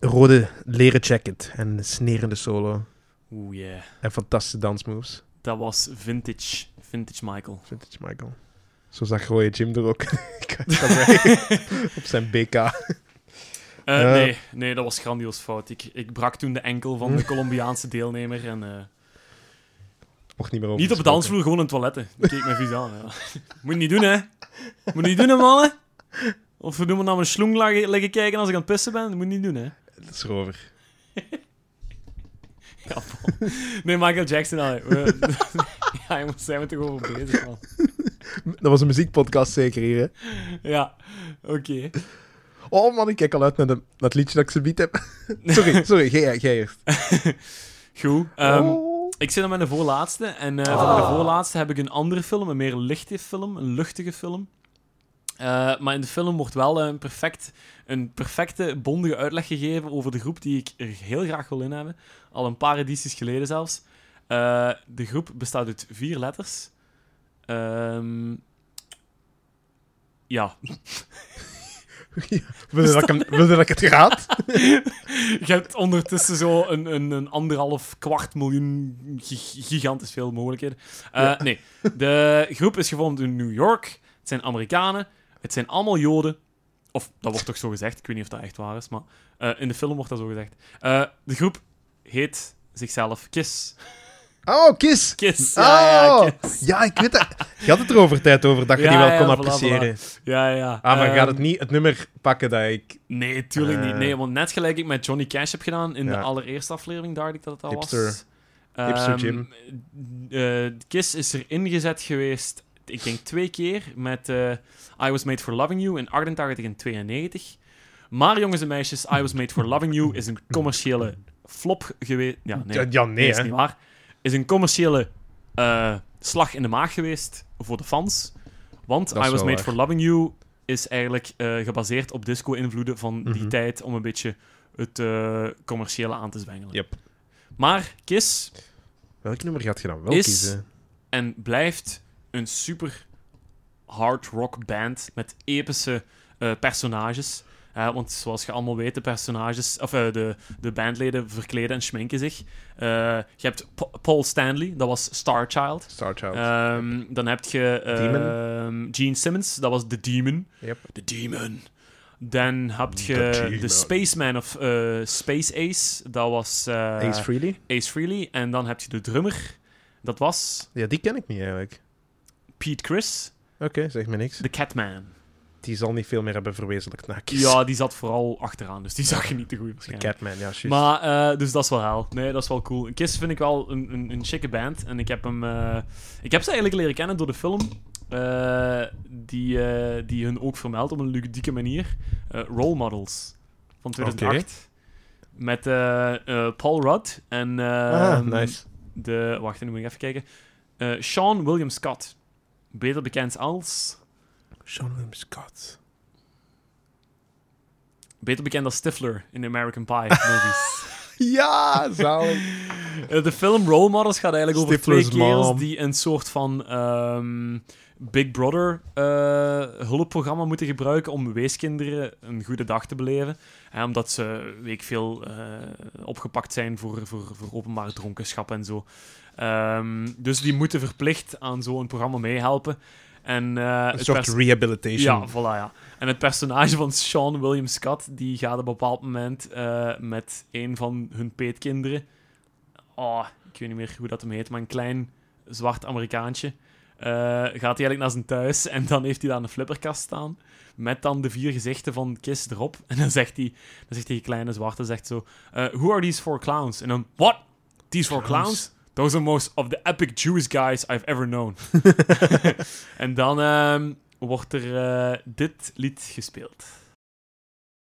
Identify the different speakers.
Speaker 1: rode leren jacket en snerende solo.
Speaker 2: Oeh, ja.
Speaker 1: En fantastische dansmoves.
Speaker 2: Dat was vintage. Vintage Michael.
Speaker 1: Vintage Michael. Zo zag rode Jim er ook uit op zijn BK.
Speaker 2: Eh,
Speaker 1: Ja.
Speaker 2: nee, nee, dat was grandioos fout. Ik, ik brak toen de enkel van de Colombiaanse deelnemer. En, eh,
Speaker 1: Mocht niet meer over
Speaker 2: niet op de
Speaker 1: gesproken.
Speaker 2: dansvloer, gewoon in toiletten. Ik keek me vies aan. Ja. Moet je niet doen, hè? Moet je niet doen, hè, mannen? Of we doen naar mijn sloeng lagen- liggen kijken als ik aan het pissen ben. Dat moet je niet doen, hè?
Speaker 1: Dat is erover.
Speaker 2: Ja, Paul. Nee, Michael Jackson. allee, we- ja, jongens, zijn we toch over bezig, man.
Speaker 1: Dat was een muziekpodcast zeker hier, hè?
Speaker 2: Ja, oké.
Speaker 1: Oh man, ik kijk al uit naar, de, naar het liedje dat ik ze bied heb. sorry, sorry, jij, jij eerst.
Speaker 2: Goed. ehm,
Speaker 1: Oh.
Speaker 2: Ik zit dan met de voorlaatste. En eh, van de voorlaatste heb ik een andere film, een meer lichte film, een luchtige film. Eh, maar in de film wordt wel eh, een, perfect, een perfecte, bondige uitleg gegeven over de groep die ik er heel graag wil in hebben. Al een paar edities geleden zelfs. Eh, de groep bestaat uit vier letters. Ehm, ja.
Speaker 1: Wil je dat ik hem- wil je dat ik het raad?
Speaker 2: Je hebt ondertussen zo een, een, een anderhalf kwart miljoen gig- gigantisch veel mogelijkheden. Eh, Nee, de groep is gevormd in New York. Het zijn Amerikanen. Het zijn allemaal Joden. Of dat wordt toch zo gezegd. Ik weet niet of dat echt waar is, maar eh, in de film wordt dat zo gezegd. Eh, de groep heet zichzelf Kiss.
Speaker 1: Oh, Kiss!
Speaker 2: Kiss. Ja, ja,
Speaker 1: Oh.
Speaker 2: ja, Kiss.
Speaker 1: Ja, ik weet dat. Je had het erover tijd over dat je
Speaker 2: Ja,
Speaker 1: die wel
Speaker 2: ja,
Speaker 1: kon
Speaker 2: voilà,
Speaker 1: appreciëren.
Speaker 2: Ja, ja.
Speaker 1: Ah, maar
Speaker 2: Ehm,
Speaker 1: gaat het niet het nummer pakken dat ik...
Speaker 2: Nee, tuurlijk niet.
Speaker 1: Eh.
Speaker 2: Nee, want net gelijk ik met Johnny Cash heb gedaan in
Speaker 1: Ja.
Speaker 2: de allereerste aflevering, dacht ik dat het al
Speaker 1: Hipster.
Speaker 2: was. Ehm,
Speaker 1: Hipster Jim.
Speaker 2: eh, Kiss is er ingezet geweest, ik denk twee keer, met eh, I Was Made For Loving You in 88 en 92. Maar jongens en meisjes, I Was Made For Loving You is een commerciële flop geweest. Ja, nee,
Speaker 1: Ja, ja, nee,
Speaker 2: is
Speaker 1: hè.
Speaker 2: niet waar. Is een commerciële eh, slag in de maag geweest voor de fans. Want
Speaker 1: Dat is
Speaker 2: I Was
Speaker 1: wel
Speaker 2: Made
Speaker 1: waar.
Speaker 2: For Loving You is eigenlijk eh, gebaseerd op disco-invloeden van die
Speaker 1: Mhm.
Speaker 2: tijd om een beetje het eh, commerciële aan te zwengelen.
Speaker 1: Yep.
Speaker 2: Maar Kiss
Speaker 1: Welk nummer gaat je dan wel
Speaker 2: Is-
Speaker 1: kiezen?
Speaker 2: en blijft een super hard rock band met epische eh, personages. Eh, want zoals je allemaal weet, de personages, of eh, de, de bandleden verkleden en schminken zich. Eh, je hebt Pa- Paul Stanley, dat was Star Child.
Speaker 1: Starchild.
Speaker 2: Ehm, dan heb je eh, Gene Simmons, dat was The Demon.
Speaker 1: Yep.
Speaker 2: The Demon. Dan heb je
Speaker 1: Demon.
Speaker 2: de Spaceman of eh, Space Ace, dat was eh,
Speaker 1: Ace Freely?
Speaker 2: Ace Freely. En dan heb je de drummer, dat was
Speaker 1: Ja, die ken ik niet eigenlijk.
Speaker 2: Pete Chris,
Speaker 1: Oké, zeg me niks.
Speaker 2: de Catman.
Speaker 1: Die zal niet veel meer hebben verwezenlijkt na Kiss.
Speaker 2: Ja, die zat vooral achteraan, dus die zag je niet te goed
Speaker 1: De
Speaker 2: waarschijnlijk.
Speaker 1: Catman, ja, juist.
Speaker 2: Maar, eh, dus dat is wel hel. Nee, dat is wel cool. Kiss vind ik wel een, een, een chique band. En ik heb hem... eh, ik heb ze eigenlijk leren kennen door de film. eh, die, eh, die hun ook vermeldt op een ludieke manier. Eh, Role Models. Van 2008. Met eh, eh, Paul Rudd en... eh,
Speaker 1: ah, nice.
Speaker 2: De, wacht, nu moet ik even kijken. Eh, Sean William Scott. Beter bekend als...
Speaker 1: Sean William Scott.
Speaker 2: Beter bekend als Stifler in de American Pie movies.
Speaker 1: Ja, zalig.
Speaker 2: Eh, De film Role Models gaat eigenlijk over
Speaker 1: Stifler's
Speaker 2: twee kerels
Speaker 1: mom.
Speaker 2: die een soort van ehm, Big Brother eh, hulpprogramma moeten gebruiken om weeskinderen een goede dag te beleven. Eh, omdat ze week veel eh, opgepakt zijn voor, voor, voor openbare dronkenschap en zo. Ehm, dus die moeten verplicht aan zo'n programma meehelpen. En, eh,
Speaker 1: Een
Speaker 2: het
Speaker 1: soort
Speaker 2: pers-
Speaker 1: rehabilitation.
Speaker 2: ja, voilà, ja. En het personage van Sean William Scott, die gaat op een bepaald moment eh, met een van hun peetkinderen... Oh, ik weet niet meer hoe dat hem heet, maar een klein zwart Amerikaantje... eh, gaat hij eigenlijk naar zijn thuis en dan heeft hij daar een flipperkast staan met dan de vier gezichten van Kiss erop. En dan zegt hij, dan zegt die kleine zwarte zegt zo, eh, who are these four clowns? En dan, what? These four clowns? Those are most of the epic Jewish guys I've ever known. en dan ehm, wordt er eh, dit lied gespeeld.